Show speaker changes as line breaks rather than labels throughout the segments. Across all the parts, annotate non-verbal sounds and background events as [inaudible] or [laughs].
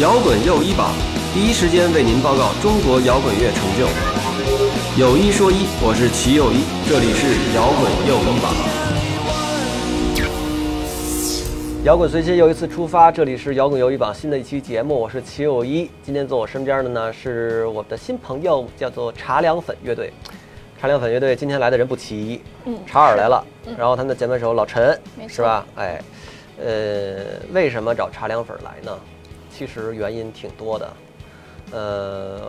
摇滚又一榜，第一时间为您报告中国摇滚乐成就。有一说一，我是齐又一，这里是摇滚又一榜。摇滚随心又一次出发，这里是摇滚又一榜新的一期节目，我是齐又一。今天坐我身边的呢是我的新朋友，叫做茶凉粉乐队。茶凉粉乐队今天来的人不齐，
嗯
查尔来了，
是嗯
然后他们的键盘手老陈
没
是
错
吧？哎，呃，为什么找茶凉粉来呢？其实原因挺多的，呃，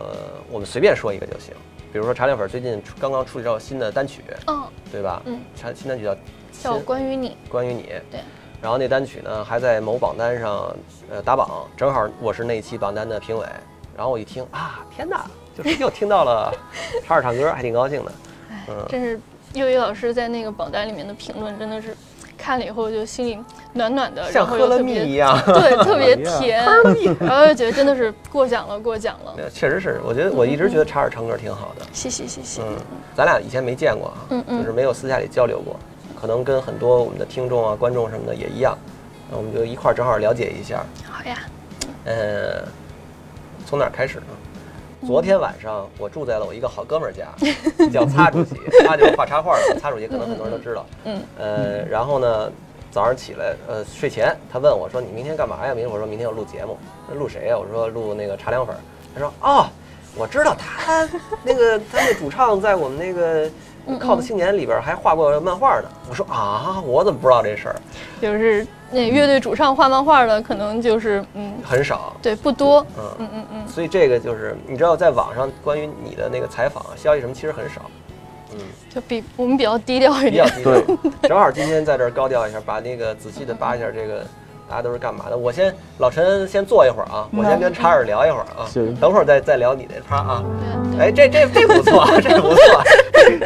我们随便说一个就行。比如说茶凉粉最近出刚刚出了一张新的单曲，
嗯，
对吧？
嗯，
茶新单曲叫《新
叫哦关于你，
关于你》，
对，
然后那单曲呢还在某榜单上呃打榜，正好我是那一期榜单的评委，然后我一听啊，天
[laughs]
哪，就是又听到了查尔唱歌，还挺高兴的。
哎
嗯，
真是佑一老师在那个榜单里面的评论，真的是看了以后就心里暖暖的，
像
呃然后
喝
又
了
特
蜜一
别
样。 [laughs]
对，特别甜，然后就觉得真的是过奖了，过奖了，
呃确实是，我觉得我一直觉得查尔唱歌挺好的。
谢谢谢谢，
嗯，咱俩以前没见过啊，
嗯嗯
就是没有私下里交流过，可能跟很多我们的听众啊、观众什么的也一样，那我们就一块儿正好了解一下。
好呀，
呃，从哪儿开始呢？昨天晚上我住在了我一个好哥们儿家，叫
[laughs]
擦主席，他就是画插画的，擦主席可能很多人都知道。
嗯，
呃，然后呢，早上起来，呃，睡前他问我说：“你明天干嘛呀？”明天我说明天要录节目，那录谁呀？我说录那个茶凉粉儿。他说：“哦，我知道他那个他那主唱在我们那个。”
嗯嗯
cult 青年里边还画过漫画呢。我说啊，我怎么不知道这事儿？
就是那乐队主唱画漫画的，可能就是嗯，
很少。
对，不多，
嗯
嗯嗯嗯，
所以这个就是你知道，在网上关于你的那个采访啊消息什么，其实很少，嗯，
就比我们比较低调一
比较
[laughs]
点，
低调。正好今天在这儿高调一下，把那个仔细的扒一下这个大家都是干嘛的。我先老陈先坐一会儿啊，我先跟查尔聊一会儿啊，
行嗯
等会儿再再聊你那趴啊。
对
哎，这这这不错，这不
[laughs]
错，啊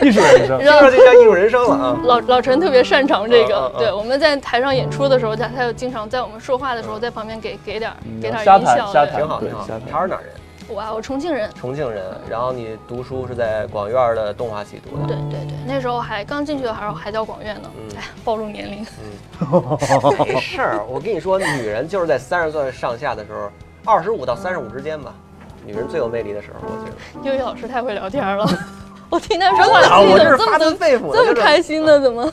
艺术人生
对，
听
然后
着就像艺术人生了啊。
[laughs]
老老陈特别擅长这个，
嗯嗯嗯
对，我们在台上演出的时候，他他就经常在我们说话的时候，在旁边给给点儿
嗯
给点儿
瞎
音
谈
效。
瞎
对
谈
挺好，
对
挺好
瞎。谈
查尔哪儿人？
哇，我重庆人，
重庆人。然后你读书是在广院的动画系读的。
对对对，那时候还刚进去的时候还叫广院呢
嗯，
哎，暴露年龄。
没事儿，我跟你说，女人就是在三十岁上下的时候，二十五到三十五之间吧，女人最有魅力的时候，我觉得。
英语老师太会聊
[laughs]
天了，我听他说话，心里
我
怎
这是
么这
发
么
自
怎
肺腑的。
这
就是
么开心呢？
[laughs]
怎么？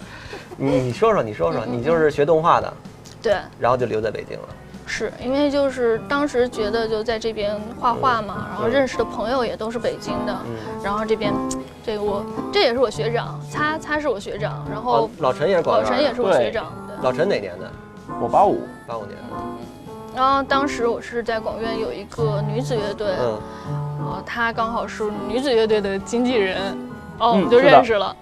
你你说说，你说说，你就是学动画的，
对，
然后就留在北京了。
是因为就是当时觉得就在这边画画嘛，然后认识的朋友也都是北京的，
嗯，
然后这边这个我这也是我学长，擦擦是我学长，然后
哦，老陈也是广
老
院的。
陈也是我
对
学长，对。
老陈哪年的？
我八五，
八五年的。
然后当时我是在广院有一个女子乐队，
嗯，
然后她哦刚好是女子乐队的经纪人，哦，
嗯
我们就是
的
认识了。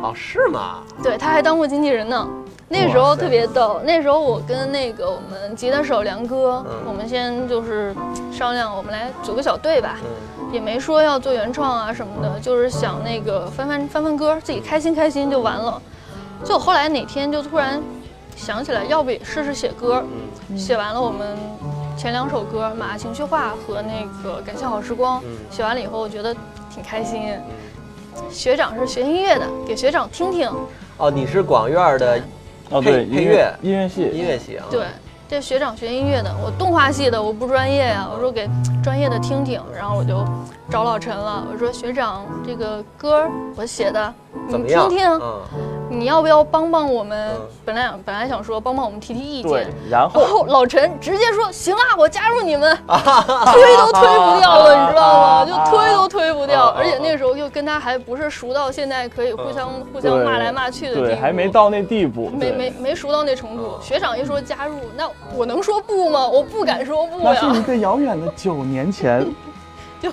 哦，是吗？
对，她还当过经纪人呢。那时
哇
候
塞
特别逗，那时候我跟那个我们吉他手梁哥，
嗯
我们先就是商量，我们来组个小队吧，
嗯，
也没说要做原创啊什么的，就是想那个翻翻翻翻歌，自己开心开心就完了。就后来哪天就突然想起来，要不也试试写歌，
嗯
写完了我们前两首歌《马情绪化》和那个《感谢好时光》
嗯，
写完了以后我觉得挺开心。
嗯。
学长是学音乐的，给学长听听。
哦，你是广院的
哦
配配
对，音
乐
乐音乐
音
系，
乐系啊？
对，这学长学音乐的，我动画系的我不专业呀、我说给专业的听听。然后我就找老陈了，我说学长这个歌我写的，
怎
你
么样？
听听，
嗯
你要不要帮帮我们
嗯？
本来本来想说帮帮我们提提意
对
见。，
然
哦
然
后
后老陈直接说：“行啊，我加入你们。”推都推不掉
啊
了，你知道吗？就推都推不掉，而且那时候又跟他还不是熟到现在可以互相互相
对
骂来骂去的地步，
对，还没，到那地步，
没
对啊
没没熟到那程度
嗯。
学长一说加入，那我能说不吗？我不敢说不
那是一
呀，
个遥远的九年
[laughs]
前，
[laughs] 就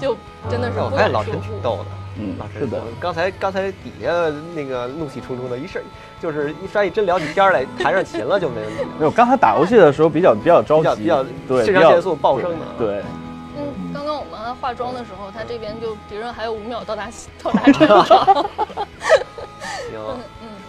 就真的
哎
是
那我
哎
不
发现
敢
老
说
陈挺
不。
逗的。
嗯
老，师
是的
我，啊刚才刚才底下那个怒气冲冲的，一事就是一发现真聊起天儿来，弹上琴了就没问题
[laughs]
了，
没有，刚才打游戏的时候比较比较着
比较
急，
比较
对，
肾
比
上腺
较
素爆升的。，
对，
嗯，刚刚我们还化妆的时候，他这边就敌人还有五秒到达到达战场。
[laughs]
行
嗯，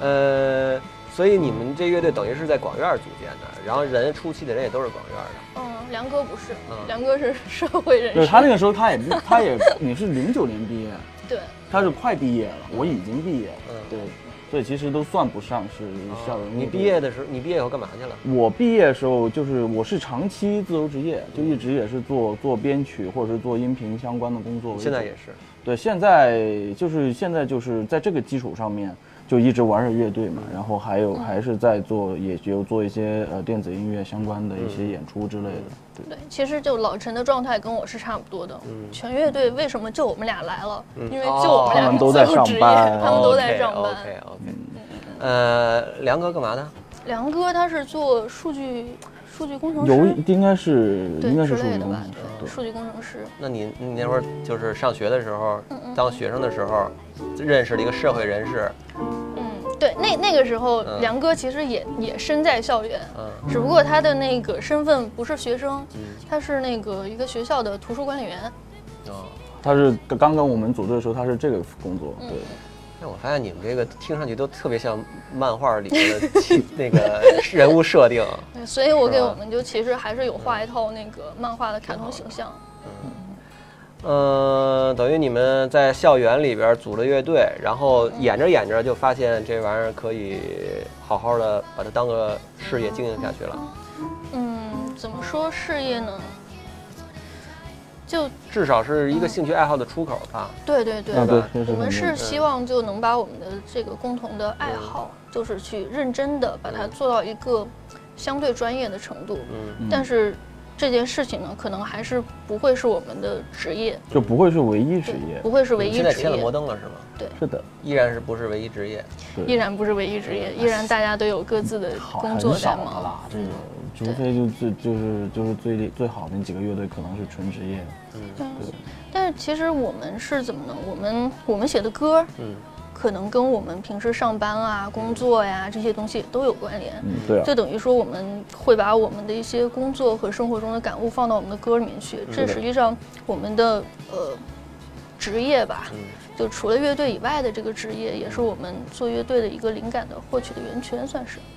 嗯，
呃，所以你们这乐队等于是在广院儿组建的，然后人初期的人也都是广院儿的。
嗯，梁哥不是
嗯，
梁哥是社会人
对
士。
他那个时候他也他也你是零九年毕业，
对，
他是快毕业了，我已经毕业了，
嗯
对，所以其实都算不上是校园、
你毕业？的时候，你毕业以后干嘛去了？
我毕业的时候就是我是长期自由职业，就一直也是做做编曲或者是做音频相关的工作为主。
现在也是，
对，现在就是现在就是在这个基础上面，就一直玩着乐队嘛，然后还
嗯
有还是在做，也有做一些呃电子音乐相关的一些演出之类的。
嗯
对，
对，其实就老陈的状态跟我是差不多的。
嗯
全乐队为什么就我们俩来了？因为就我们
哦他
俩
们
是
都在
自由职业，
上班
他们都在上班。
OK OK。呃，梁哥干嘛呢？
梁哥他是做数据数据工程
有
师，
应该是
对
应该
之
是数
类
据
的
工程
吧
师，，
对，数据工程师。
那你你那会儿就是上学的时候，当学生的时候，认识了一个社会人士，
嗯，对，那那个时候
嗯
梁哥其实也也身在校园，
嗯
只不过他的那个身份不是学生，他是那个一个学校的图书管理员。
哦，
他是刚跟我们组队的时候，他是这个工作，
嗯
对，
那我发现你们这个听上去都特别像漫画里面的其那个人物设定，
对所以我给
是吧
我们就其实还是有画一套那个漫画的卡通形象。
嗯、等于你们在校园里边组了乐队，然后演着演着就发现这玩意儿可以好好的把它当个事业经营下去了，
嗯，怎么说事业呢？就
至少是一个兴趣爱好的出口吧。
对对对，
啊
吧
对，确实
我们
很
是
多
嗯
希望就能把我们的这个共同的爱好，就是去认真的把它做到一个相对专业的程度。
嗯
但是这件事情呢，可能还是不会是我们的职业，
就不会是唯一职
对
业
不，会是唯
你们嗯
一
现在
职
签了摩
业，
登了是吗？
是的，
依然是不是唯一职业？
对
依然不是唯一职业，依然大家都有各自的
好
工
很
作在
少的
忙。
啦，这个除非就最就是就是最最好的那几个乐队可能是纯职业，
嗯
对，
但是其实我们是怎么呢？我们我们写的歌，
嗯，
可能跟我们平时上班啊、工作
嗯
呀、这些东西都有关联。
嗯，对啊，
就等于说，我们会把我们的一些工作和生活中的感悟放到我们的歌里面去。
嗯
这
的
实际上我们的呃职业吧，
嗯
就除了乐队以外的这个职业，也是我们做乐队的一个灵感的获取的源泉，算是 [laughs]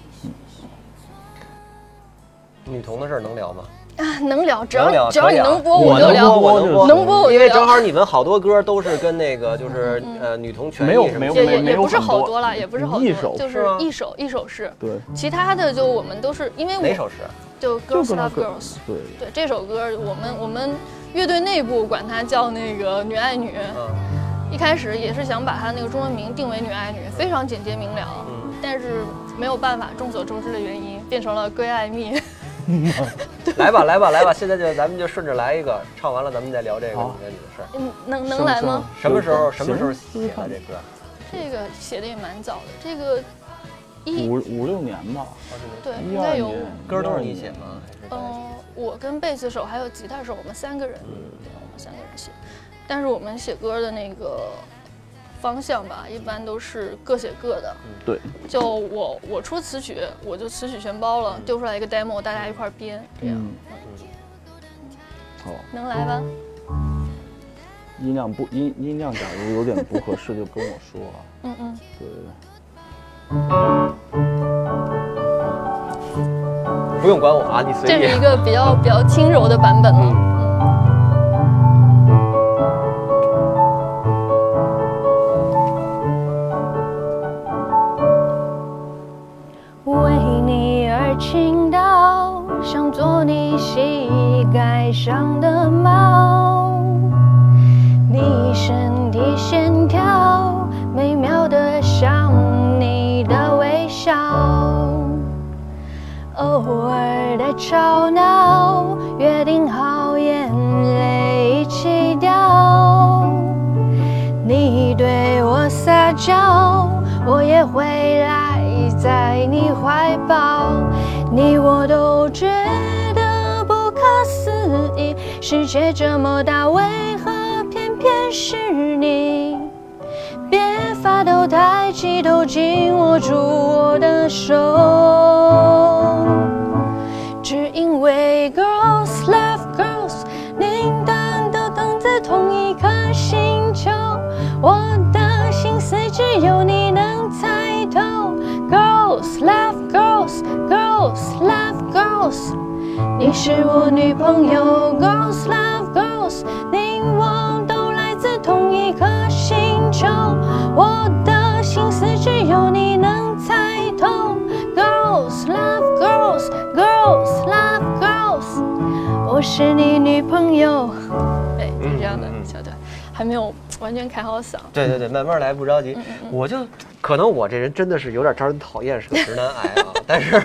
女童的事儿能聊吗？
啊，能聊，只
能聊
要只要
可以
你
啊
能播，
我
就
能播，我
聊。
能播，
能播我就
因为
聊
正好你们好多歌都是跟那个就是呃女童权益
没有
什么
没有
也
的
也
没
也
有
不是
很
好
多
多了，也不是好
一
多，
首
就是
是吗
一首一首是，
对，
其他的就我们都是因为我
哪首诗啊？
就
就
Girls
跟他
Love
个
Girls，
对。
对这首歌，我们我们乐队内部管它叫那个女爱女，
嗯
一开始也是想把它那个中文名定为女爱女，非常简洁明了，
嗯
但是没有办法，众所周知的原因，变成了归爱蜜。
来吧来吧来吧，现在就咱们就顺着来一个，唱完了咱们再聊这个
好
你跟你的事儿。
嗯， [laughs] 能能来吗？
什么时候什么时候
行
写的这歌？
这个写的也蛮早的，这个一
五五六年吧，
对
一
应
二
该有
年，
歌都是你写吗？还是
嗯、
大家一起
我跟贝斯手还有吉他手，我们三个人，
嗯
对，我们三个人写。但是我们写歌的那个方向吧，一般都是各写各的。
嗯
对，
就我我出词曲，我就词曲全包
嗯
了，丢出来一个 demo，大家一块儿编，这样、
嗯，好，
能来吧？
嗯
音量不音音量，假如有点不合适就跟我说啊，
嗯嗯，
对对对。
不用管我啊，你随
这
意
是一。个比
嗯
较比较轻柔的版本了。
为你而倾倒，想做你膝盖上的猫。你身体线条，美妙的像你的微笑。偶尔的吵闹，约定好眼泪一起掉。你对我撒娇，我也会赖在你怀抱。你我都觉得不可思议，世界这么大，为何偏偏是你？别发抖，抬起头紧握住我的手，只因为 girls love girls，您等都等在同一颗星球，我的心思只有你能猜透。girls love girls，girls love girls。你是我女朋友，Girls love girls，你我都来自同一颗星球，我的心思只有你是你女朋友。
对，就是这样的
嗯嗯嗯
小段，还没有完全开好嗓。
对对对，慢慢来，不着急。
嗯
我就可能我这人真的是有点招人讨厌，是个直男癌啊。但
[laughs]
是，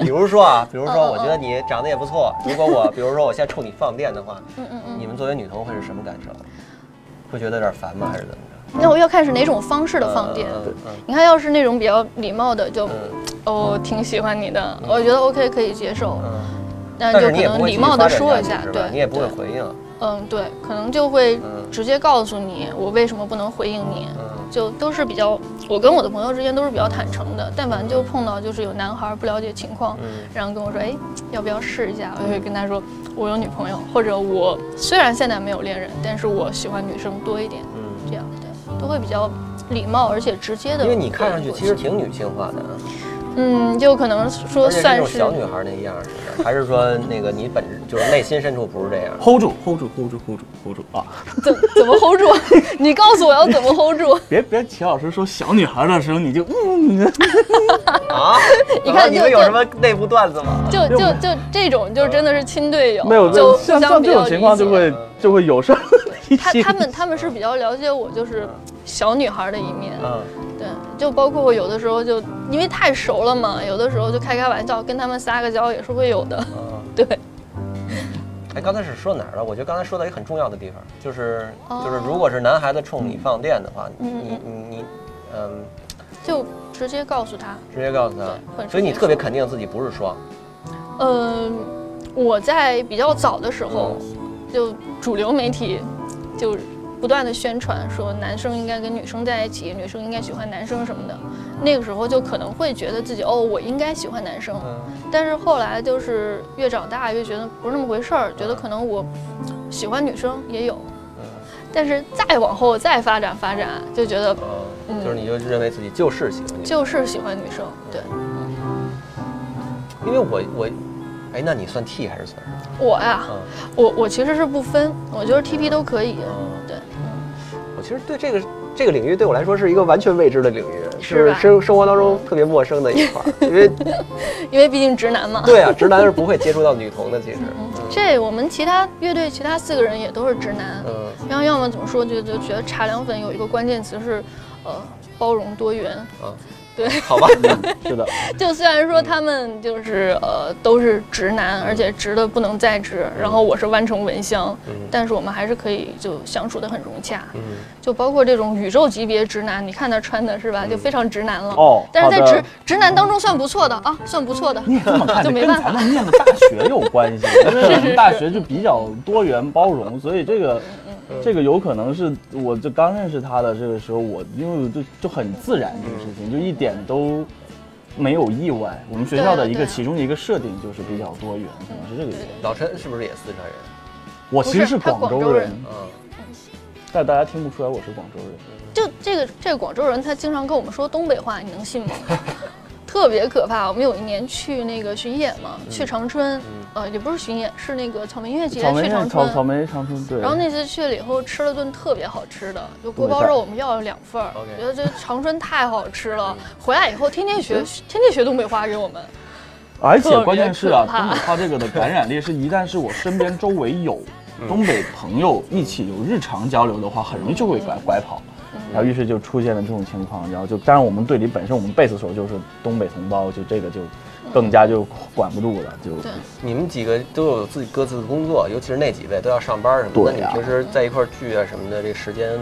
比如说啊，比如
哦
说，我觉得你长得也不错。如果我，比如说我现在冲你放电的话，
嗯嗯嗯。
你们作为女同会是什么感受？会觉得有点烦吗？还是怎么着？
那我要看是哪种方式的放电。
嗯嗯
你看，要是那种比较礼貌的，就
嗯
哦，挺喜欢你的，我觉得 OK 可以接受
嗯，嗯。
那
但
就是可
你也不
能
会
礼
继续
貌
发
的
展
说一
去
下
是，吧
对，
你也不会
对
回应。
嗯，对，可能就会
嗯
直接告诉你我为什么不能回应你，
嗯
就都是比较，我跟我的朋友之间都是比较坦诚的。但凡就碰到就是有男孩不了解情况，
嗯
然后跟我说，哎，要不要试一下？我就会跟他说我有女朋友，或者我虽然现在没有恋人，但是我喜欢女生多一点，
嗯。
这样对，都会比较礼貌而且直接的。
因为你看上去其实，挺女性化的啊，
嗯，就可能
而
说
且是那
算
种
是
小女孩那样似的，还是说那个你本就是内心深处不是这样？
hold 住，hold 住，hold 住，hold 住，hold 住啊！
怎怎么 hold 住？啊 [laughs] 你告诉我要怎么 hold 住？啊
别别，齐老师说小女孩的时候你就嗯，
[laughs] 啊？
你
怎么了
看
你们
就
有什么内部段子
啊
吗？
就就就这种就真的是亲队友，
没有，
就互
像
相
像
比
这
较
种情况
理解
就会就会有事儿一
他
起
他们他们是比较了解我，就是小女孩的一面，
啊
嗯，
对，就包括我有的时候就因为太熟了嘛，有的时候就开开玩笑，跟他们撒个娇也是会有的， [laughs]
嗯
对，
哎，刚才是说哪儿了？我觉得刚才说到一个很重要的地方，就是
哦
就是，如果是男孩子冲你放电的话，你
嗯
你你你，嗯，
就直接告诉他，
直接
嗯
告诉他
对，很
所以你
直接
特别肯定自己不是双，
嗯、我在比较早的时候，
嗯
就主流媒体就不断的宣传说男生应该跟女生在一起，女生应该喜欢男生什么的，那个时候就可能会觉得自己哦，我应该喜欢男生，
嗯
但是后来就是越长大越觉得不是那么回事儿，觉得可能我喜欢女生也有，
嗯
但是再往后再发展发展，就觉得
嗯，
嗯
就是你就认为自己就是喜欢你，
就是喜欢女生，对
因为我我，哎，那你算 T 还是算什么？
我呀、
嗯
我我其实是不分，我觉得 TP 都可以，
嗯，
对，
我其实对这个这个领域对我来说是一个完全未知的领域，
是吧
生生活当中特别陌生的一块儿，因
[laughs]
为
因为毕竟直男嘛。
对啊，直男是不会接触到女同的，其实，
嗯这我们其他乐队其他四个人也都是直男，
嗯
然后要么怎么说，就就觉得茶凉粉有一个关键词是，呃，包容多元。
啊，
对，
好吧，
是的，
就虽然说他们就是呃都是直男，而且直的不能再直，然后我是弯成蚊香，
嗯
但是我们还是可以就相处的很融洽。
嗯。
就包括这种宇宙级别直男，你看他穿的是吧，
嗯
就非常直男了。
哦
但是在
好的
直直男当中算不错的啊，算不错的。
你也这么看，
[laughs] 就
这
没
跟
办法
咱们念的大学有关
[laughs]
系，因为我们大学就比较多元包容，所以这
嗯
个这个有可能是我就刚认识他的这个时候，我因为我就就很自然这个事情，就一点都没有意外。我们学校的一
对啊对
个
啊
其中的一个设定就是比较多元，可能是这个原因。
[laughs] 老陈是不是也四川人？
我其实是
不是他
广
广
州
州
人
人，
嗯，
但大家听不出来我是广州人。
就这个这个广州人，他经常跟我们说东北话，你能信吗？ [laughs] 特别可怕。我们有一年去那个巡演嘛，去长春，呃，也不是巡演，是那个草莓音乐节
嗯草莓
去长
草
春。
草莓长春对，
然后那次去了以后，吃了顿特别好吃的，就锅
东北
包
菜
肉，我们要了两份儿
OK，
觉得这长春太好吃了。
嗯
回来以后天天学，天天学东北话给我们。
而且关键是啊，
特别可怕
东北话这个的感染力是，一旦是我身边周围有
嗯
东北朋友一起有日常交流的话，很容易就会拐拐跑。
嗯
然后于是就出现了这种情况，然后就当然我们队里本身我们贝斯手就是东北同胞，就这个就更加就管不住了，就
嗯对
你们几个都有自己各自的工作，尤其是那几位都要上班什么的。那
对
你
呀
平时在一块儿聚啊什么的，这时间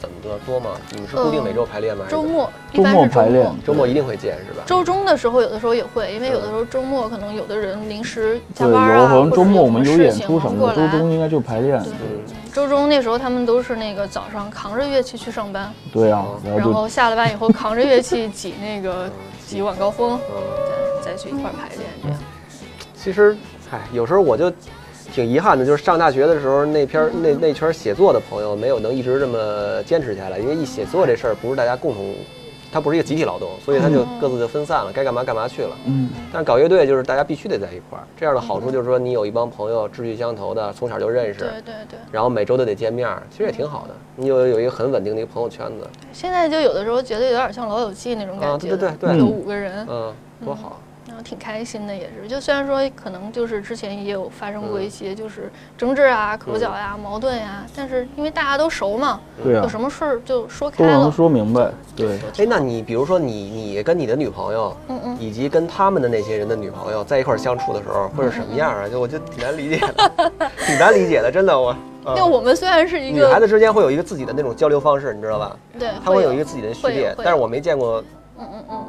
怎么多多吗？你们是固定每周排练吗？还是
呃周末一
哎周
般
末
是周
排练
末。，
周末一定会见是吧？
周中的时候，有的时候也会，因为有的时候周末可能有的人临时加
对，
班
有
啊，
可能周末我们
或者
有
有
演
事情
出什
忙
么
不
的，周
过来
中应该就排练。
嗯
周中那时候他们都是那个早上扛着乐器去上班，
对啊，然
然
后就
后下了班以后扛着乐器挤
[laughs]
那个挤晚高峰，
嗯，
再再去一块儿排练这样。
其实，哎，有时候我就挺遗憾的，就是上大学的时候那篇儿
嗯
那那圈写作的朋友没有能一直这么坚持下来，因为一写作这事儿不是大家共同，它不是一个集体劳动，所以他就
嗯
各自就分散了，该干嘛干嘛去了。
嗯，
但是搞乐队就是大家必须得在一块儿，这样的好处就是说你有一帮朋友志趣相投的，从小就认识，
对对嗯对，
然后每周都得见面儿，其实也挺好的。你有有一个很稳定的一个朋友圈子，
现在就有的时候觉得有点像《老友记》那种嗯
啊
感
对
觉的，
对对对
有五个人，
嗯，多好。
然后后挺开心的，也是。就虽然说可能就是之前也有发生
嗯
过一些就是争执啊、口角呀、矛盾呀，但是因为大家都熟嘛，
对啊
有，什么事儿就说
都
开
能
了。
说明白，对。
哎，那你比如说你你跟你的女朋友，
嗯嗯，
以及跟他们的那些人的女朋友在一块儿相处的时候会是什么样啊？就我就挺难理解的，挺难理解的，真的我。嗯
就我们虽然是一
女孩
个
子之间会有一个自己的那种交流方式，你知道吧？
对，
她会有一个自己的序
会有
列
会，有
但是我没见过，
嗯嗯嗯，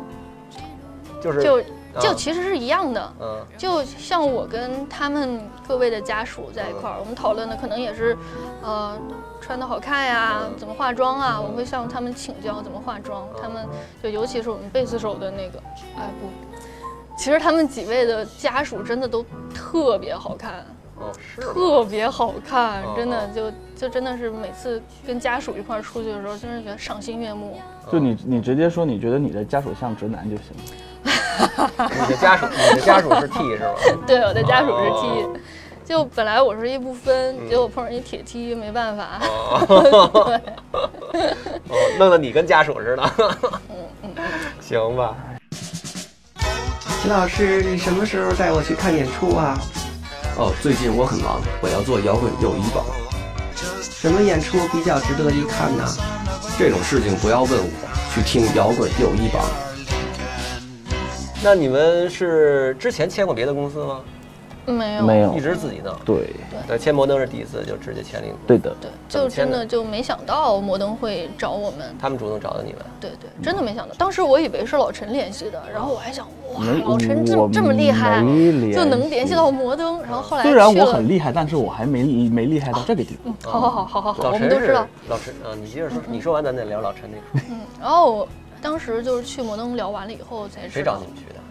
就是
就
啊
就其实是一样的。
嗯
就像我跟他们各位的家属在一块儿，我们讨论的可能也是，呃，穿的好看呀，
嗯
怎么化妆啊，
嗯
我会向他们请教怎么化妆
嗯。
他们就尤其是我们贝斯手的那个，哎不，其实他们几位的家属真的都特别好看，
哦是吗
特别好看
嗯，
真的
嗯
就就真的是每次跟家属一块儿出去的时候，真是觉得赏心悦
哦
目。
就你，你直接说你觉得你的家属像直男就行了。
你的家属，你的家属是 T 是吗？
对，我的家属是 T，、
哦
就本来我是一不分，
嗯
结果碰上一铁 T，没办法。
[laughs]
哦， [laughs] 哦弄得你跟家属似的，
嗯
[laughs] 行吧？
齐老师，你什么时候带我去看演出啊？
哦，最近我很忙，我要做摇滚友谊榜，
什么演出比较值得一看呢？
这种事情不要问我，去听摇滚友谊榜。
那你们是之前签过别的公司吗？
没有，
没有
一直自己弄？
对，
对，签摩登是第一次，就直接签了一个。
对的，
对，
怎么
就
签
真
的
的就没想到摩登会找我们，
他们主动找的你们，
对对，真的没想到。当时我以为是老陈联系的，然后我还想，哇，
没
老陈这
我
么这么厉害啊
没，联
就能
系
联系到摩登。然后后来
虽然
去
我
了哦
很厉害，但是我还没没厉害到这个地步。
啊
好好好好好好，
老
我们
陈
都知
是
道。
老陈啊，你接着说，你说完咱再聊老陈那个，
嗯，然后我当时就是去摩登聊完了以后才
谁
知
找
道
你们去的？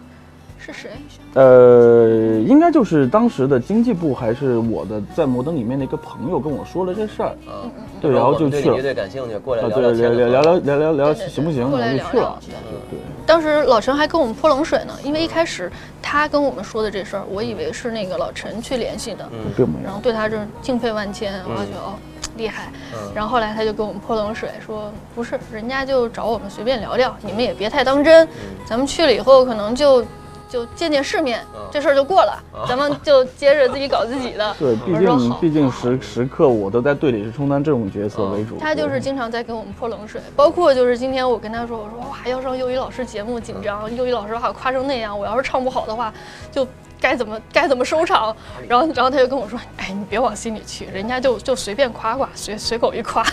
是谁。
呃，应该就是当时的经济部还是我的在摩登里面的一个朋友跟我说了这事儿，
啊，
嗯
对，然后
我
就
们对
去
你乐
了。
队感兴趣，过来
啊，
聊
对，聊
签
聊
的
聊
合
聊聊聊聊，
对对对
呃行不行？
过来
我就
聊
去
聊
了。
对
对，
当时老陈还跟我们泼冷水呢，因为一开始他跟我们说的这事儿，我以为是那个老陈去联系的，
嗯
并没
然
有。
后对他就是敬佩万千，我就觉得哦厉害。
嗯
然后后来他就跟我们泼冷水，说不是，人家就找我们随便聊聊，你们也别太当真，咱们去了以后可能就就见见世面
嗯，
这事儿就过了，咱们就接着自己搞自己的。
对，毕
我说
竟
好
毕竟时时刻我都在队里是充当这种角色
嗯
为主。
他就
对
是经常在给我们泼冷水，包括就是今天我跟他说，我说哇，要上幼语老师节目紧
嗯
张，幼语老师把我夸成那样，我要是唱不好的话，就该怎么该怎么收场。然后然后他就跟我说，哎，你别往心里去，人家就就随便夸夸，随随口一
[laughs]
夸。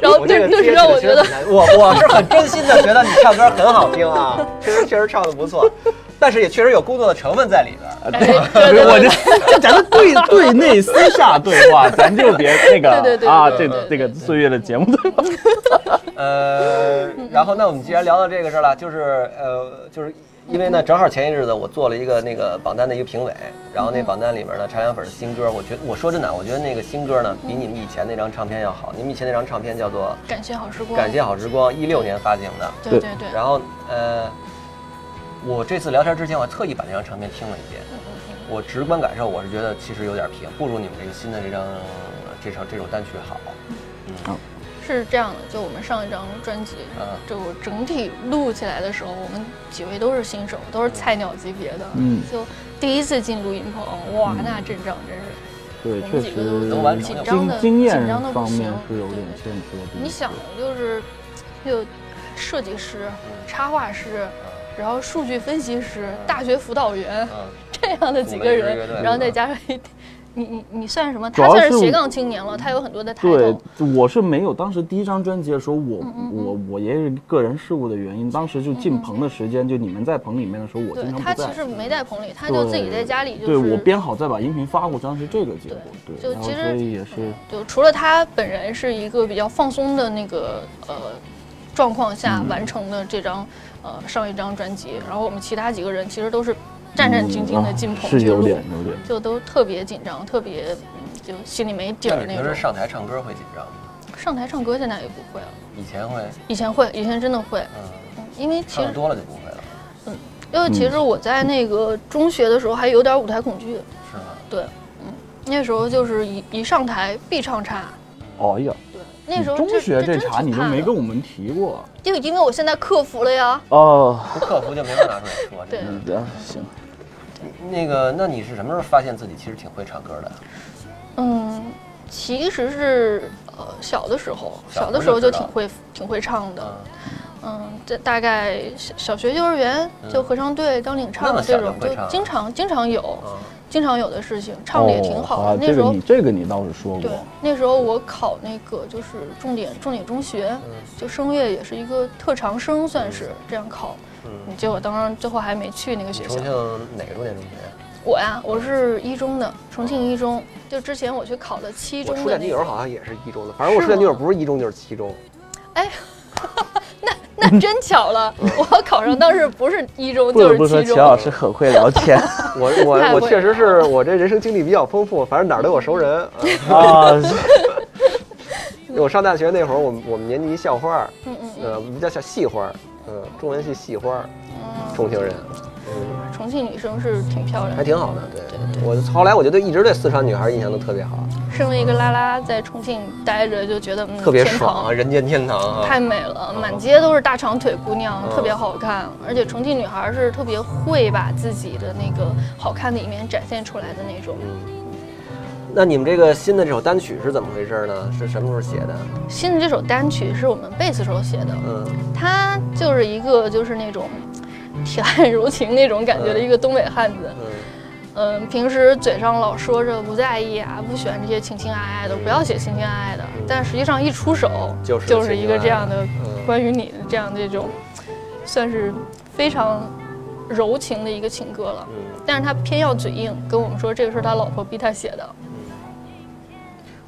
然后
我这
顿
个
顿时
贴
让
纸其
我觉
实
得
很，难我我是很真心的觉得你唱歌很好听啊，
[laughs]
确实确实唱的不错，但是也确实有工作的成分在里边儿。
哎，对对
我
对
这这咱们对对内私下对话，咱就别那个
对对对
啊，
对
这
对
这个岁月的节目对吧？
呃，然后那我们既然聊到这个事儿了，就是呃，就是因为呢，正好前一日子我做了一个那个榜单的一个评委，然后那榜单里面呢，茶凉粉的新歌，我觉得我说真的，我觉得那个新歌呢，比你们以前那张唱片要好。你们以前那张唱片叫做
感谢好时
《
光，
感谢好时光》，一六年发行的。
对对对，
然后呃，我这次聊天之前，我还特意把那张唱片听了一遍，我直观感受，我是觉得其实有点平，不如你们这个新的这张这首这首单曲好。
是这样的，就我们上一张专辑
嗯，
就整体录起来的时候，我们几位都是新手，都是菜鸟级别的，
嗯
就第一次进录音棚，哇，那阵仗真是，我
对，确
们几
实嗯
个都
能完成
紧张
经
的，
经验
紧张的不
方
行
面是有
对
点
对
欠缺的。
你想，就是有设计师、插画师，然后数据分析师、大学辅导员
嗯，
这样的几个
组了一支乐队
人，然后再加上一，你你你算什么？
主要
他算
是
是斜
我
杠青年了，他有很多的抬
对
头。，
我是没有。当时第一张专辑的时候，我
嗯
我我也是个人事务的原因，当时就进棚的时间，就你们在棚里面的时候，我
嗯对
经常
他
不
其
在
实。没在棚里，他
对
就自己在家里，就是
对我编好再把音频发过去，当时这个结果，
对
对，
就
然后
其实嗯
所以也是
就除了他本人是一个比较放松的那个呃状况下
嗯
完成的这张、呃上一张专辑，然后我们其他几个人其实都是战战兢兢
嗯
的
啊
进棚
是
去
有
录，
点有点。
就都特别紧张，特别嗯就心里没底
那
儿
你
那
平时
种。
上台唱歌会紧张吗？
上台唱歌现在也不会了，
以前会，
以前会，以前真的会，
嗯，
嗯因为其
唱
实
的多了就不会了，
因为
嗯
其实我在那个中学的时候还有点舞台恐惧，
是吗？
对，嗯，那时候就是一一上台必唱差。
哦呀，
对，那时候
中
这
学
这
这
真
茬
挺
你都
怕
没
的
跟我们提过啊
就因为我现在克服了呀。嗯
哦。
不克服就没法拿出来
[laughs]
说。这
对
个，
嗯，这样行，
那个，那你是什么时候发现自己其实挺会唱歌的？
嗯，其实是呃小的时候，
小
小的
时
时
候
候
就
就
知
挺
道
会挺会唱的。
嗯，
嗯，这大概小小学、幼儿园就
嗯
合唱队当领
那
唱
么
这
小就
种，
会
就
唱啊
经常经常有
嗯
经常有的事情，唱的也挺好啊
哦
的。那
这
时
个
候
你这个你倒是说
对
过，，
那时候我考那个就是重点重点中学，
嗯
就声乐也是一个特长生，算是这样考。
嗯
结果当然最后还没去那个
你
学校
重。庆哪个重点中学？
我呀，我是一中的，重庆一中。就之前我去考的七中
我
的、那
初
个。
恋女友好像也是一中的，反正我初恋女友不是一中就是七中。
哎， [laughs] 那那真
[laughs]
巧了，
嗯
我考上当时不是一中
不
就
得
是
不说
七
齐
中。
老师很会聊天
我
太
我我
会
确实是我这人生经历比较丰富，反正哪儿都有熟人。啊
[laughs]
[laughs] 啊，
我上大学那会儿，我们我们年级一校花，
嗯嗯嗯
呃，我们叫小戏花，嗯，中文系戏花，
嗯，
重庆人，
重庆女生是挺漂亮
还
的。
挺好的。
对
对，
对对，
我后来我就对一直对四川女孩印象都特别好，
身为一个拉拉，在重庆待着就觉得嗯，
特别
天堂
爽啊，人间天堂啊。
太美了，满街都是大长腿姑娘，
嗯
特别好看。而且重庆女孩是特别会把自己的那个好看的一面展现出来的那种。
那你们这个新的这首单曲是怎么回事呢？是什么时候写的？
新的这首单曲是我们贝斯手写的，
嗯，
他就是一个就是那种铁汉柔情那种感觉的一个东北汉子。
嗯
嗯，平时嘴上老说着不在意啊，不喜欢这些情情爱爱的，不要写情情爱爱的，但实际上一出手
嗯就是
一个这样的
嗯
关于你的这样的一种，算是非常柔情的一个情歌了。
嗯，
但是他偏要嘴硬，跟我们说这个是他老婆逼他写的。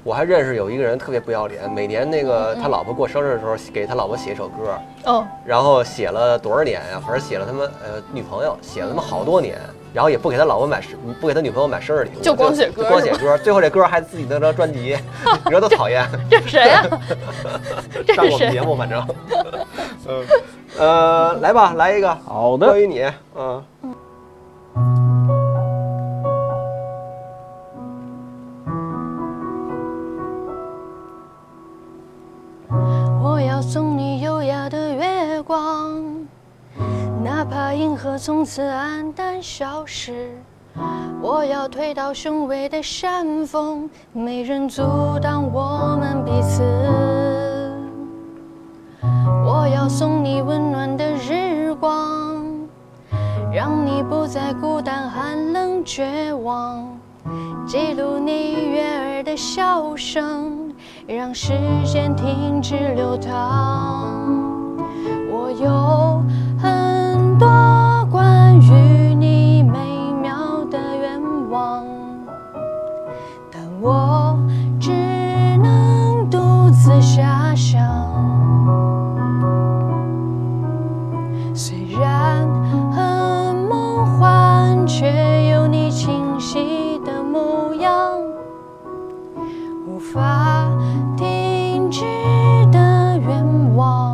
我还认识有一个人特别不要脸，每年那个
嗯
他老婆过生日的时候，给他老婆写一首歌，
哦，
然后写了多少年呀、反正写了他们呃女朋友，写了他们好多年，然后也不给他老婆买生，不给他女朋友买生日礼物，
就光写歌
就光
是
写
吧
歌，最后这歌还自己弄张专辑，你
[laughs]
说多讨厌！
这
[laughs]
是谁呀、啊这
上
是
我们节
谁？
目反正，嗯呃，来吧，来一个
好
关
的，
于你，嗯，
我要送你优雅的月光，哪怕银河从此黯淡消失。我要推倒雄伟的山峰，没人阻挡我们彼此。我要送你温暖的日光，让你不再孤单、寒冷、绝望。记录你悦耳的笑声，让时间停止流淌。我有很多关于你美妙的愿望，但我只能独自遐想。虽然很梦幻，却有你清晰的模样，无法停止的愿望。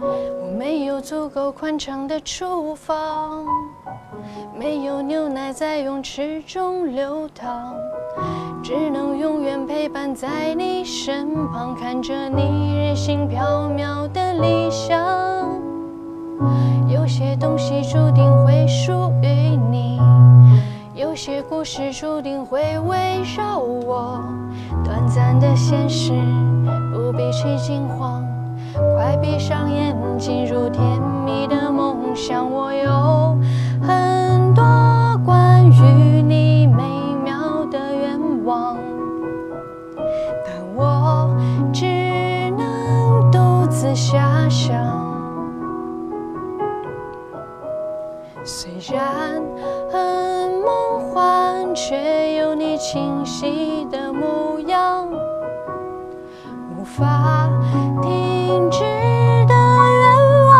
我没有足够宽敞的厨房，没有牛奶在泳池中流淌。只能永远陪伴在你身旁，看着你日行缥缈的理想。有些东西注定会属于你，有些故事注定会围绕我。短暂的现实，不必去惊慌，快闭上眼，进入甜蜜的梦乡。我有很多关于你美妙的愿望，但我只能独自遐想。虽然很梦幻，却有你清晰的模样，无法停止的愿望。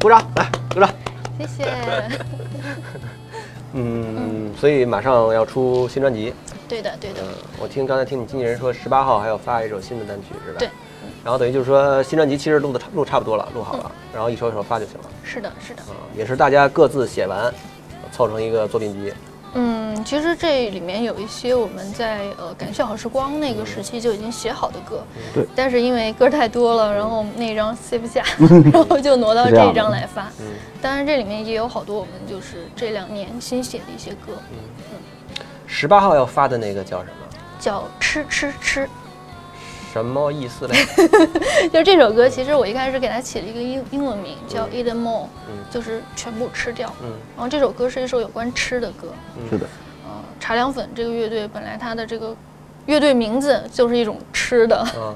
鼓掌，来鼓掌，
谢谢。
嗯，所以马上要出新专辑，
对的，对的
嗯。，我听刚才听你经纪人说，十八号还要发一首新的单曲是吧？
对，
然后等于就是说新专辑其实录的录差不多了，录好了，然后一首一首发就行了。
是的，是的。
啊，也是大家各自写完，凑成一个作品集。
嗯，其实这里面有一些我们在呃《感谢好时光》那个时期就已经写好的歌，
对嗯
但是因为歌太多了，然后那张塞不下，然后就挪到
是这样
这
的
一张来发。
嗯
当然这里面也有好多我们就是这两年新写的一些歌，
嗯
十八号要发的那个叫什么？
叫《吃吃吃》。
什么意思嘞？
就这首歌，其实我一开始给它起了一个英英文名叫《Eat Them All》，
嗯
就是全部吃掉。
嗯
然后这首歌是一首有关吃的歌。
嗯
是的，
呃，茶凉粉这个乐队本来它的这个乐队名字就是一种吃的，
啊，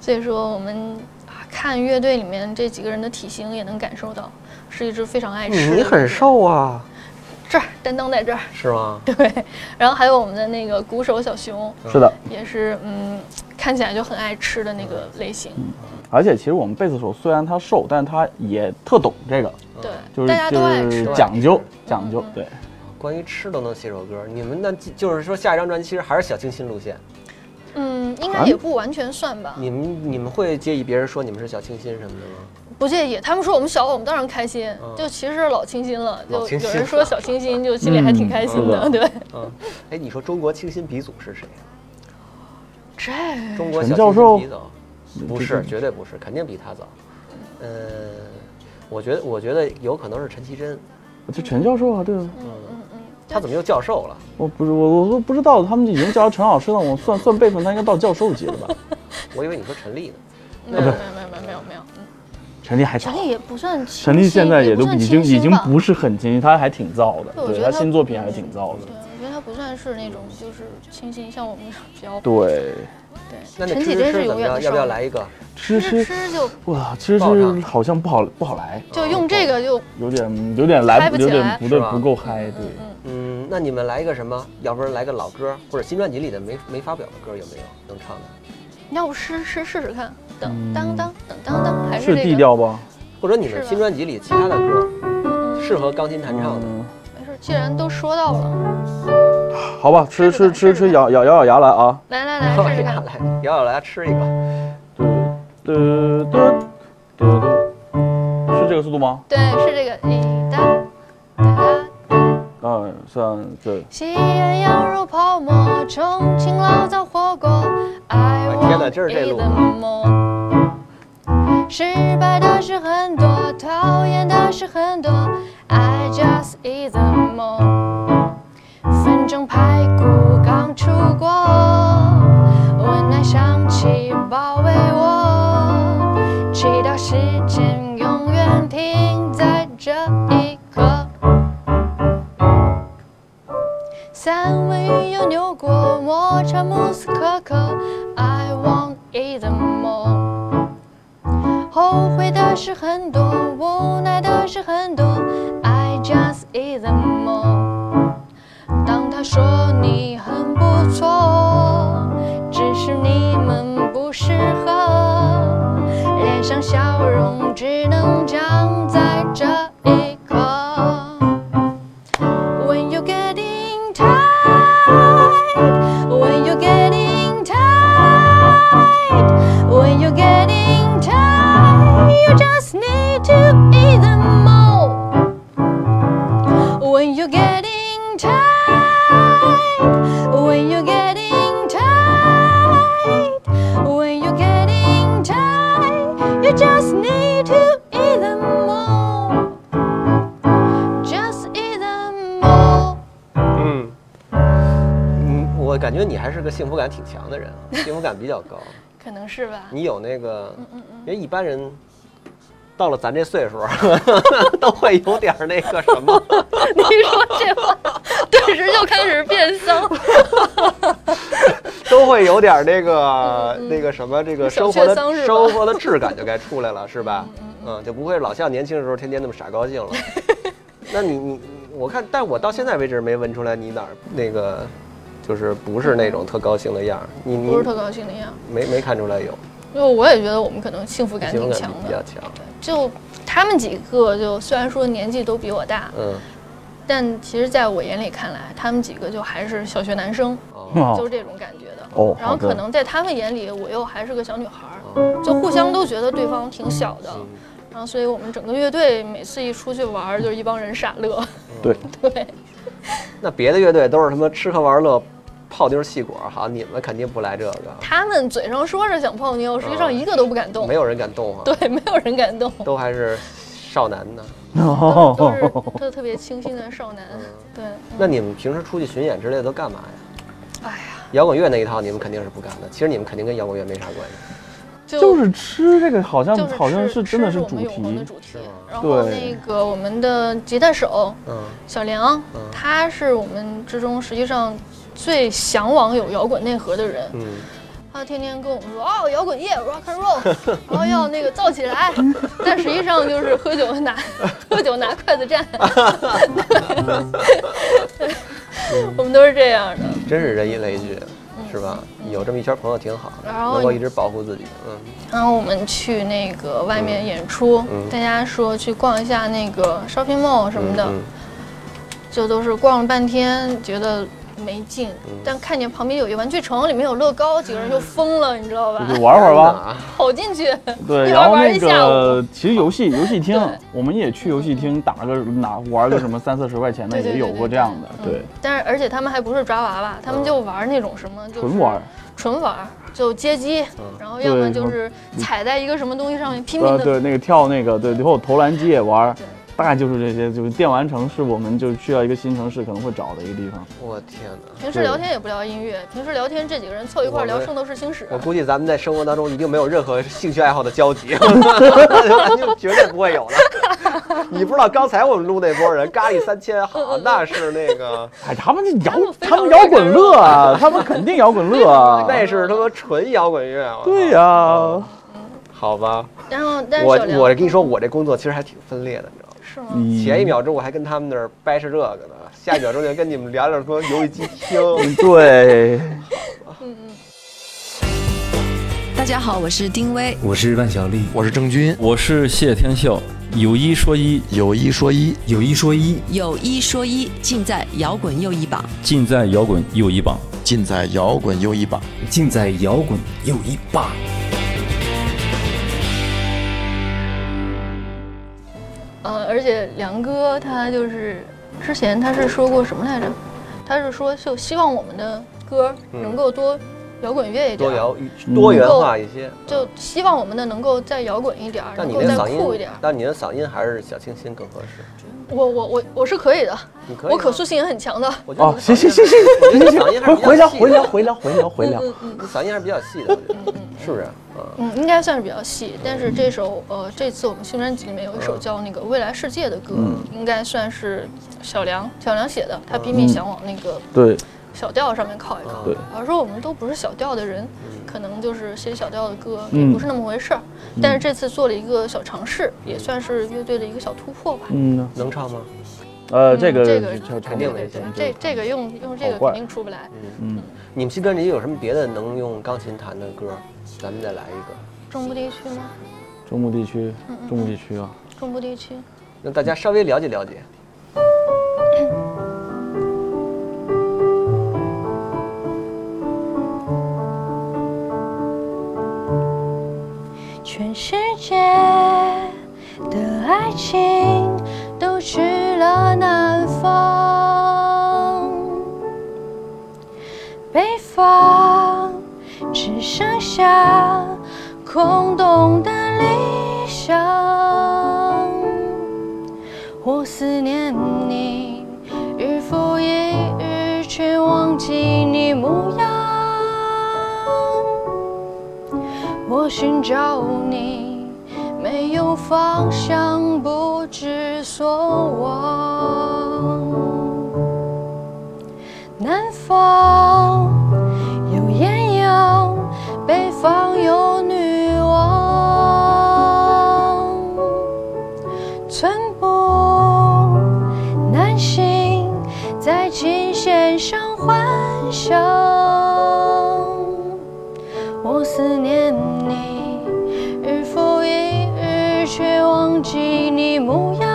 所以说我们啊看乐队里面这几个人的体型也能感受到，是一支非常爱吃的。
你很，瘦啊，
这儿担当在这儿。
是吗？
对，然后还有我们的那个鼓手小熊，
是的。
也是嗯，看起来就很爱吃的那个类型。
而且其实我们贝斯手虽然他瘦，但他也特懂这个，
对，
就是
大家都爱
就
吃
是
都爱。
讲究
吃
讲究
嗯嗯，
对，
关于吃都能写首歌，你们那就是说下一张专辑其实还是小清新路线。
嗯，应该
韩
也不完全算吧，
你们你们会介意别人说你们是小清新什么的吗？
不介意。他们说我们小，我们当然开心。
嗯
就其实是老清新了，
老
就
清新
有人说小清新，就心里还挺开心的。
嗯
对，
嗯，哎，你说中国清新鼻祖是谁啊？
这
中国小
陈教
清
授
新鼻祖？不是，绝对不是，肯定比他早。嗯，我觉得我觉得有可能是陈绮贞，
就陈教授啊，对啊，
嗯嗯嗯，
她怎么又教授了？
我不是我我都不知道，他们已经叫他陈老师了，我算算辈分，他应该到教授级了吧？
我以为你说陈丽呢。
没有没有没有没有没有没有，嗯
[laughs] 陈立还早
陈，哎立也不算清新。
陈立现在也都
不算
已
清
经
新
已经
吧
不是很清晰，他还挺燥的，
对我
对
觉得嗯
他
他
新作品还挺燥的
对，，我觉得他不算是那种就是清新，像我们比较
对，
那那
对。陈
吃
绮
吃
贞是
怎
永
么
远
样？
的
要不要
少
来一个？
吃
吃
吃，
吃就
哇，吃
报
吃
上
好像不好不好来，
哦
就用这个就
有点有点
嗨
来
不
有
起
点
来
不对
是吧
不够嗨，对。
嗯
嗯，那你们来一个什么？要不然来个老歌，或者新专辑里的没没发表的歌有没有能唱的？
要不吃吃试试看，等
嗯
当当等当当，还
是
这
低
个。
调吧？
或者你们
是吧
新专辑里其他的歌适合钢琴弹唱的？
嗯，
没事，既然都说到了，
好吧，吃
是
吃
的
吃
是的
吃，咬咬咬咬牙来啊！
来来
嗯
来试试看。
来，咬咬来吃一个。
嘟嘟嘟嘟嘟，是这个速度吗？
对，是这个哎一哒哒哒。
二嗯三四，
吸烟羊肉泡馍，重庆醪糟火锅，I
我
want
天哪，哎这是这路啊
eat。them all
失败的事很多，讨厌的事很多，I just eat them all。粉蒸排骨刚出锅，温暖香气包围我，祈祷时间永远停在这一刻。三文鱼有牛果，抹茶慕斯可可，I want eat them all。后悔的事很多，无奈的事很多，I just eat them all。当他说你很不错，只是你们不适合，脸上笑容只能长在这一刻。When you're getting tired, when you're getting tired. When you're getting tired, you just need to eat them all. When you're getting tired, when you're getting tired, when you're getting tired, you just need to eat them all. Just eat them all.
嗯，嗯，我感觉你还是个幸福感挺强的人，啊幸福感比较高。
可能是吧。 [laughs]
你有那个，
嗯
因为一般人到了咱这岁数， [laughs] 都会有点儿那个什么。
你说这话，顿时就开始变骚。
都会有点儿那个那个什么，这个生活
嗯小
的
确丧是吧
生活的质感就该出来了，是吧？嗯，就不会老像年轻的时候天天那么傻高兴
[laughs]
了。那你你我看，但我到现在为止没闻出来你哪儿那个，就是不是那种特高兴的样儿，你你
嗯不是特高兴的样，
没没看出来有，
因为我也觉得我们可能幸福感
幸福
挺
感
强
比比较
的。
强。
就他们几个，就虽然说年纪都比我大，
嗯，
但其实在我眼里看来，他们几个就还是小学男生，
哦，
哇
就是这种感觉的。
哦，
然后
好的
可能在他们眼里，我又还是个小女孩儿，就互相都觉得对方挺小的。然后，所以我们整个乐队每次一出去玩儿，就是一帮人傻乐。
对
对，
那别的乐队都是他妈吃喝玩乐、泡妞戏果，好，你们肯定不来这个，
他们嘴上说着想泡妞，实际
哦
上一个都不敢动
没。有人敢动啊，
[laughs] 对，没有人敢动，
都还是少男呢。
都都
[laughs]
是
哦，
特特别清新的少男。对，嗯
那你们平时出去巡演之类的都干嘛呀？
哎呀，
摇滚乐那一套你们肯定是不干的，其实你们肯定跟摇滚乐没啥关系。
就
就是吃这个好像
就是吃
好像是真的
吃
是
我
主
们永恒的
题，
主题。然后
对
那个我们的吉他手
嗯，
小梁，他是我们之中实际上最向往有摇滚内核的人。
嗯
他天天跟我们说哦，摇滚乐 rock
[laughs]
and roll，然后要那个燥起来，但实际上就是喝酒拿 [laughs] 喝酒拿筷
[laughs]
子蘸。
嗯
[laughs] 对，我们都是这样的。
真是人以类聚，是吧？有这么一圈朋友挺好，
嗯然后
能够一直保护自己。嗯，
然后我们去那个外面演出，
嗯
大家说去逛一下那个 shopping mall 什么的，
嗯
就都是逛了半天，觉得没劲。
嗯
但看见旁边有一玩具城，里面有乐高，几个人就疯了，你知道吧
嗯
就？是玩会儿吧。
[laughs] 跑进去，
对，
一
然
玩
后
玩
那
一下
个
午。
其实游戏游戏厅
对，
我们也去游戏厅打个哪玩个什么三四十块钱的，
对对
也有
对对嗯
过这样的，对，
但是而且他们还不是抓娃娃，他
嗯
们就玩那种什么，就是
纯玩儿。
纯玩儿，就接机，
嗯
然后要么就是踩在一个什么东西上面拼命
呃，
的
嗯对，那个跳那个，对，然后投篮机也玩，大概就是这些，就是电玩城是我们就是去到一个新城市可能会找的一个地方。
我天哪！
平时聊天也不聊音乐，平时聊天这几个人凑一块儿聊《圣斗士星矢
我》，估计咱们在生活当中一定没有任何兴趣爱好的交集， [laughs] 那就绝对不会有的。你不知道刚才我们录那波人，咖喱三千，好，那是那个，
[laughs]
哎，他们这摇
们，非常
他们摇滚乐啊，他们肯定摇滚乐啊。
那是他妈纯摇滚乐。我操
对呀、，
好吧，
然后但是
我
小梁
我跟你说，我这工作其实还挺分裂的，你知道吗？
是吗？
你
前一秒钟我还跟他们那儿掰扯这个呢，下一秒钟就跟你们聊聊说游戏机
[laughs]
厅。
嗯对，
大家好，我是丁薇。
我是万小丽，
我是郑钧，
我是谢天笑，有一说一，
有一说一，
有一说一，
有一说一，尽在摇滚又一榜。
尽在摇滚又一榜。
尽在摇滚又一榜。
尽在摇滚又一霸。
呃，而且梁哥他就是之前他是说过什么来着？他是说就希望我们的歌能够多摇滚乐一
嗯
点
多
儿，
摇
嗯
多元化一些，
就希望我们的能够再摇滚一点儿，
但
能
你
嗯够
那
再
嗓
酷一
音
点儿，。
但你的嗓音还是小清新更合适。
我我我我是可以的，
你可以吗，
我可塑性也很强的。
我觉得
哦，
你
行
嗓音我觉得你嗓音
行行行行
还
行，
是
回回聊
比较细
回
的
聊回聊回聊回聊，
嗯嗯
[laughs] 你嗓音还是比较细的，我觉得是不是？嗯，
嗯，应该算是比较细，但是这首呃，这次我们新专辑里面有一首
嗯
叫那个《未来世界》的歌，应该算是小梁小梁写的，他
嗯
拼命想往那个
对，
小调上面靠一
啊
靠。
对
而说我们都不是小调的人，可能就是写小调的歌也
嗯
不是那么回事儿，但是这次做了一个小尝试，也算是乐队的一个小突破吧。
嗯，
能唱吗？
呃，
嗯
这个
这个
就
肯定没
对
劲
对，这这个用用这
好
个
怪
肯定出不来。
嗯，
你们新专辑有什么别的能用钢琴弹的歌？咱们再来一个，
中部地区吗？
中部地
嗯
区，中部地区啊，
中部地区，
让大家稍微了解了解。
全世界的爱情都去了南方，北方只剩下空洞的理想。我思念你，日复一日，却忘记你模样。我寻找你，没有方向，不知所往。南方有艳阳，北方有女王，寸步难行，在琴弦上幻想。我思念你，日复一日，却忘记你模样。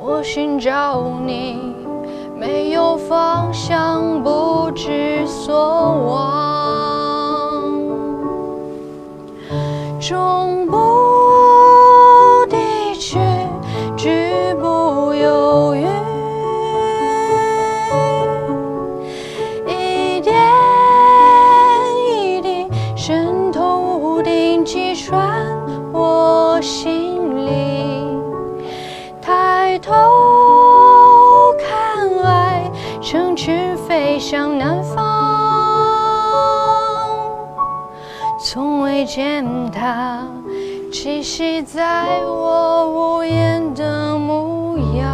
我寻找你，没没有方向，不知所往，终不的去，居不犹豫，一点一滴渗透无定，击穿我心里。抬头看来，城池飞向南方，从未见它栖息在我无言的模样。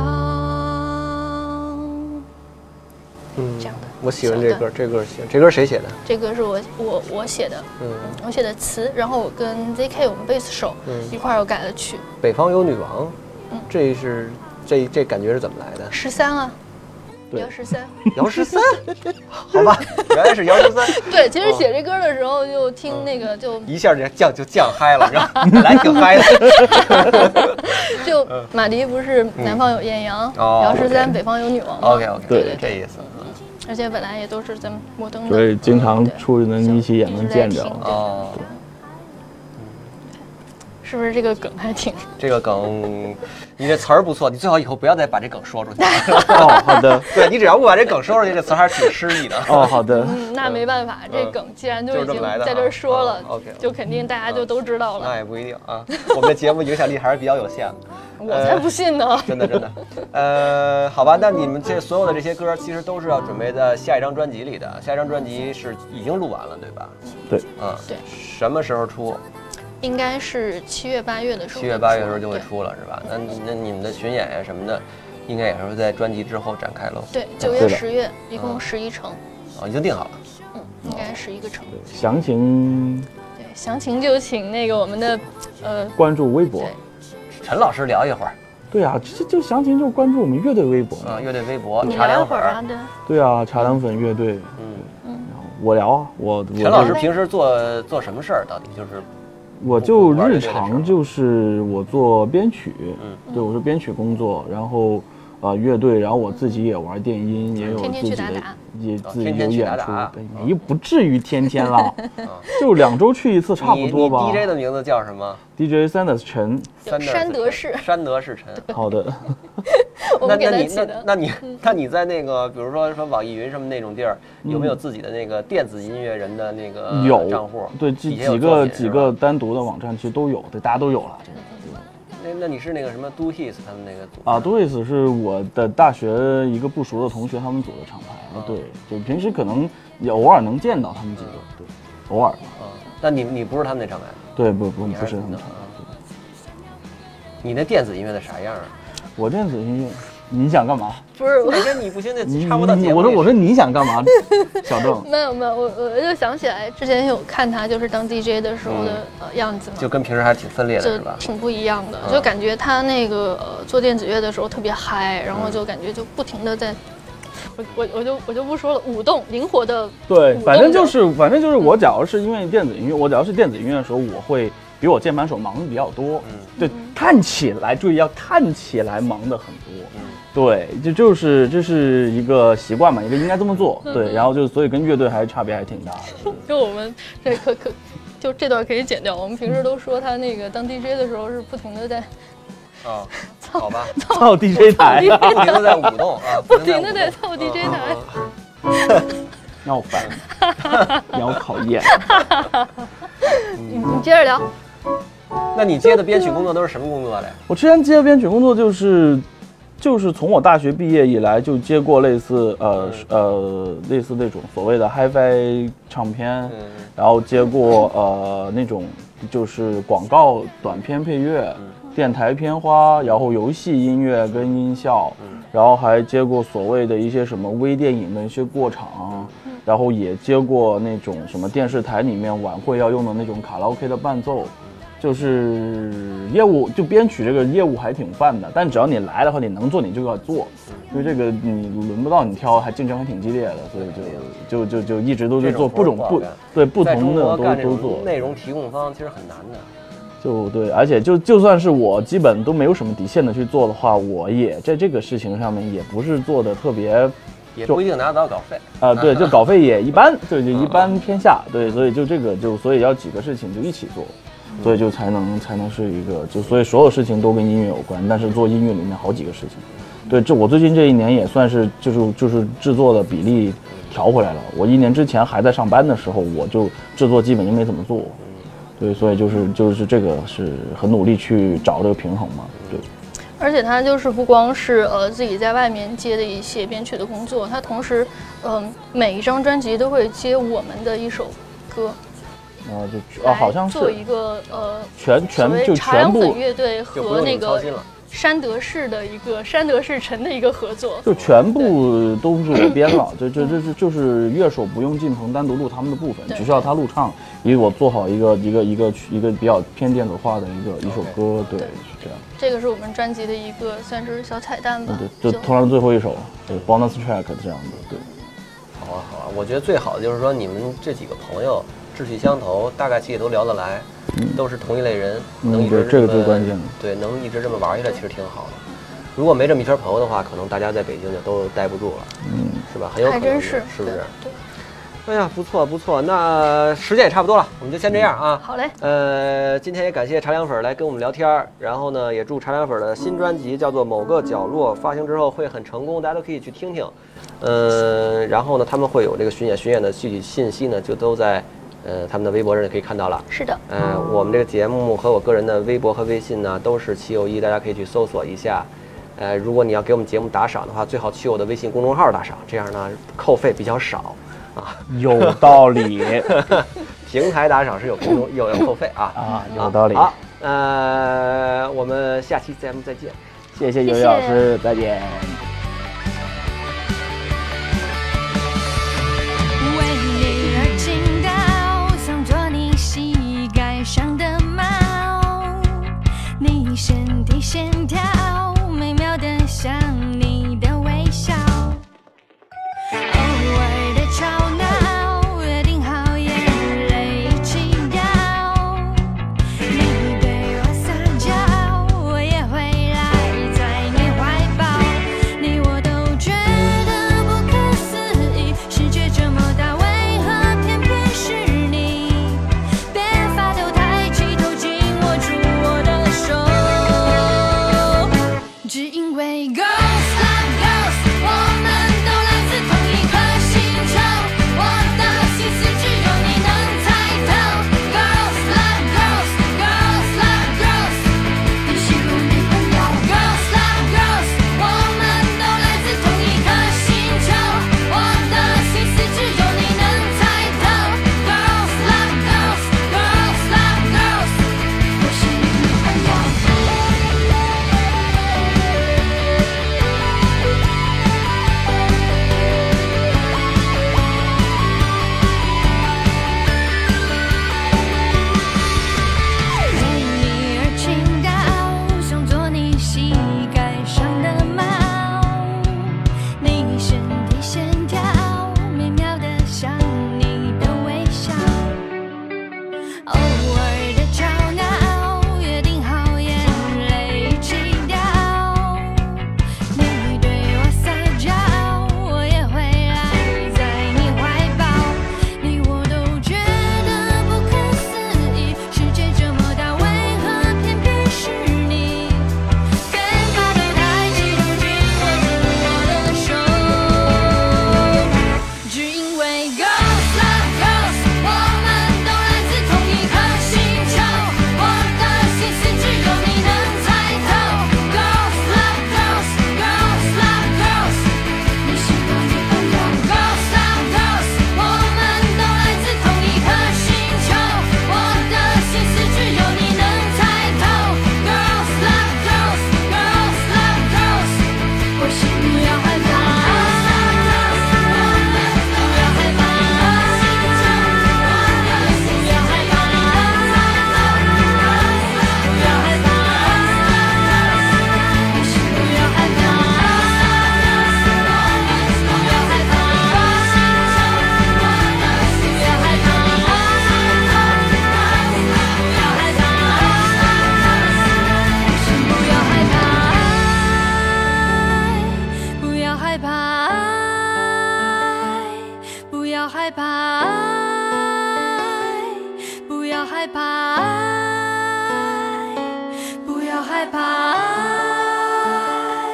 嗯，
这样的
我喜欢这歌，这歌喜欢，这歌谁写的？
这歌是我我我写的，
嗯，
我写的词，然后我跟 ZK 我们贝斯手
嗯
一块儿又改了曲，
《北方有女王》
嗯，
这是这这感觉是怎么来的？ [laughs]
十三啊，
对
姚十三， [laughs]
姚十三， [laughs] 好吧，原来是姚十三，
对，其实写这歌的时候就听那个就
一下就降就降嗨了，然后本来挺嗨的。
就马迪不是南方有艳阳，
哦
姚十三
OK 哦
北方有女王嘛
OK OK，
对
这意思。
而且本来也都是咱们摩登的，
所以经常
对
出去能一起也能见
一
着
直在听对
哦，
是不是这个梗还挺？
这个梗，你这词儿不错，你最好以后不要再把这梗说出去。
哦，好的，
[laughs] 对你只要不把这梗说出去，这词儿还是挺诗意的。 [laughs]
哦，好的，
嗯， [laughs] 那没办法，这梗既然就
就是
已
这么
经
来的
在这
啊
儿说了
啊，OK，
就肯定大家就都知道
那
了。
也不一定啊，我们的节目影响力还是比较有限的。
我
呃
才不信呢！ [laughs]
真的真的，呃，好吧，那你们这所有的这些歌，其实都是要准备在下一张专辑里的。下一张专辑是已经录完了，对吧？
对，
嗯，
对
什么时候出？
应该是七月八月的时候，
七月八月的时候就会。出了，是吧？那那你们的巡演啊什么的，应该也是在专辑之后展开喽。
对，九
对
月、
的
十月，一共
嗯
十一城，
哦，已经定好了。
嗯，应该是一个城。
详情
对，详情就请那个我们的，呃，
关注微博
对。
陈老师聊一会儿
对啊，这就详情就关注我们乐队微博。
啊，乐队微博
嗯你
茶
聊一
凉
会
粉
儿
儿。
啊，对，
对啊，茶凉粉乐队，
嗯，
我聊啊，我我
陈老师
就
平时做做什么事儿？到底就是
我就日常就是我做编曲，
嗯
嗯
对，我是编曲工作，然后呃乐队，然后我自己也玩电音，也有
天
自
天
己
去打
的
打
也自
哦
己
天
有
天去
演
打啊
出
打，
对，也不至于天天了， [laughs] 就两周去一次差不
你
多
你
吧。
DJ 的名字叫什么？
DJ Sanders 陈，
叫山德士，
山德士陈。
好的， [laughs]
我
那
们给
那
他
你
起
那
的。嗯
那你 [laughs] 那你在那个，比如说什么网易云什么那种地儿，有没有自己的那个电子音乐人的那个
嗯有
账户？
对
底
几
下有
几
作
个
品
几
是
个
吧。
单独的网站其实都有，对，大家都有了。
那那你是那个什么 Do His 他们那个组
啊 d o i s 是我的大学一个不熟的同学他们组的厂牌，
啊
对，就平时可能也偶尔能见到他们几个，对，偶尔吧，
嗯啊？那你你不是他们那厂牌，
对，不不
你还
不是
是
很
的
常
啊。。你那电子音乐的啥样啊？
我电子音乐，你想干嘛？
不是，我
哪天你不行，
你
那
你
插播到节
你
目
我
里
说我说你想干嘛？小郑，
没有没有，我我就想起来之前有看他就是当 DJ 的时候的呃样子嘛，
就跟平时还挺分裂的
就是
吧？
挺不一样的，
嗯
就感觉他那个呃做电子乐的时候特别嗨，然后就感觉就不停的在，我我我就我就不说了，舞动灵活的，
对，
舞
反正
动
就
的
是反正就是我，假如是因为电子音乐，我假如是电子音乐的时候，我会比我键盘手忙的比较多，对，看起来注意要看起来忙的很多，对，这就是这是一个习惯嘛，一个应该这么做，对，然后就所以跟乐队还是差别还挺大的，
就我们这可可就这段可以剪掉，我们平时都说他那个当 DJ 的时候是不停的在 [laughs]
啊，好吧，
操 DJ 台， [laughs]
不停的在舞动啊，不
[laughs] 不停的在
舞动嗯
操 DJ 台，
让我烦，让我考验。
你接着聊，
那你接的编曲工作都是什么工作嘞？
我之前接的编曲工作就是，就是从我大学毕业以来就接过类似呃呃类似那种所谓的 HiFi 唱片，然后接过呃那种就是广告短片配乐、电台片花，然后游戏音乐跟音效，然后还接过所谓的一些什么微电影的一些过场。然后也接过那种什么电视台里面晚会要用的那种卡拉 OK 的伴奏，就是业务就编曲这个业务还挺泛的，但只要你来的话，你能做你就要做，因为这个你轮不到你挑，还竞争还挺激烈的，所以就就就就一直都是做不
这种
种
活儿不好
不
干
对不
在中
同的
国
都
干这
都做
种，内容提供方其实很难的。
就对，而且就就算是我基本都没有什么底线的去做的话，我也在这个事情上面也不是做的特别，
也不一定拿得到稿费。
啊，对，就稿费也一般，对，就一般偏下，对，所以就这个就所以要几个事情就一起做，所以就才能才能是一个，就所以所有事情都跟音乐有关，但是做音乐里面好几个事情，对，这我最近这一年也算是就是就是制作的比例调回来了，我一年之前还在上班的时候，我就制作基本就没怎么做，对，所以就是就是这个是很努力去找这个平衡嘛，对。
而且他就是不光是呃自己在外面接的一些编曲的工作，他同时，嗯、每一张专辑都会接我们的一首歌，
然后就哦，好像
嗯来做
是
一个呃
全全
所谓
就
茶凉
全部
粉乐队
就不
和
用你
那
们操
个
心了
山德士的一个山德士城的一个合作，
就全部都是我编了，就就就是就是乐手不用进棚单独录他们的部分，
对
只需要他录唱，以我做好一个一个一个一个比较偏电子化的一个一首歌，对，是这样。
这个是我们专辑的一个算是小彩蛋吧
嗯，对，就通常最后一首，对，bonus track 这样的，对。
好啊，好啊，我觉得最好的就是说你们这几个朋友志趣相投，大概其也都聊得来，都是同一类人，
嗯
能一直
对这个
么
最关键了
对，能一直这么玩下来，其实挺好的。如果没这么一圈朋友的话，可能大家在北京就都待不住了，
嗯，
是吧？很有可
还
能的，
真是，
是不是
对？对，
哎呀，不错不错，那时间也差不多了，我们就先这样啊。
嗯好嘞，
呃，今天也感谢茶凉粉儿来跟我们聊天儿，然后呢，也祝茶凉粉儿的新专辑叫做《某个角落》发行之后会很成功，大家都可以去听听。呃，然后呢，他们会有这个巡演，巡演的具体信息呢，就都在呃他们的微博上就可以看到了。
是的，
呃，我们这个节目和我个人的微博和微信呢，都是齐友一，大家可以去搜索一下。呃，如果你要给我们节目打赏的话，最好去我的微信公众号打赏，这样呢扣费比较少啊。
有道理
平台打赏是有公众有有扣费啊。
[laughs] 啊， [laughs] 有道理。
好，呃，我们下期节目再见。
谢谢尤尤老师，再见。
为你而倾倒，想做你膝盖上的猫。你身体线条美妙的像你的微笑。偶尔的吵闹，约定好眼泪一起掉。你对我撒娇，我也会赖在你怀抱。你害怕爱，不要害怕爱，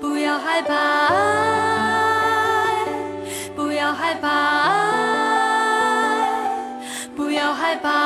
不要害怕爱，不要害怕爱，不要害怕。